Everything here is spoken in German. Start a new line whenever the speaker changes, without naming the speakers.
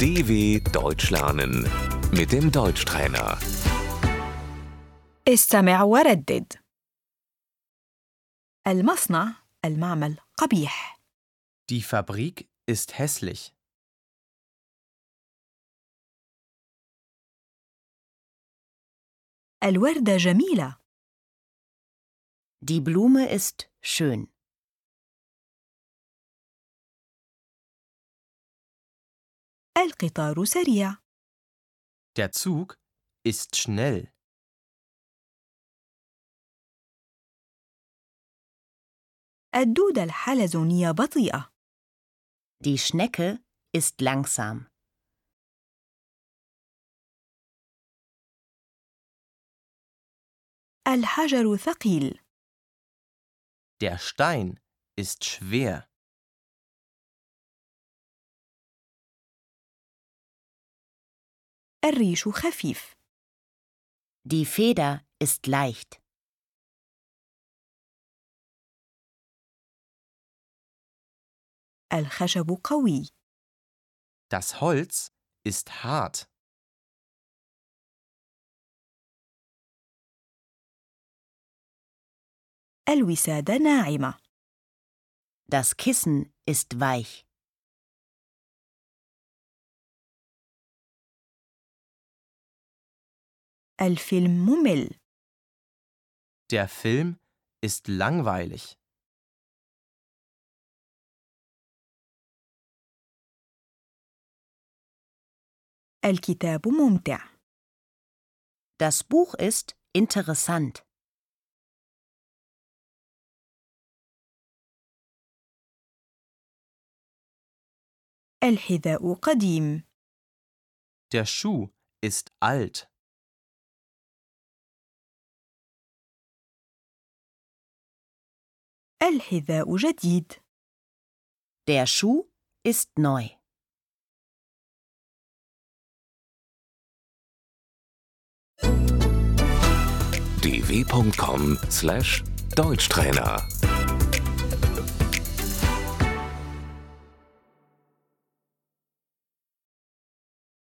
DW Deutsch lernen mit dem Deutschtrainer.
استمع وردد المصنع المعمل قبيح
Die Fabrik ist hässlich.
الوردة جميلة
Die Blume ist schön.
القطار سريع
Der Zug ist schnell.
الدودة الحلزونية بطيئة
Die Schnecke ist langsam.
الحجر ثقيل
Der Stein ist schwer.
الريش خفيف
Die Feder ist leicht.
الخشب قوي
Das Holz ist hart.
الوسادة ناعمة
Das Kissen ist weich.
الفيلم ممل
Der Film ist langweilig.
الكتاب ممتع
Das Buch ist interessant.
الحذاء قديم
Der Schuh ist alt.
الحذاء جديد
Der Schuh ist neu.
dw.com/deutschtrainer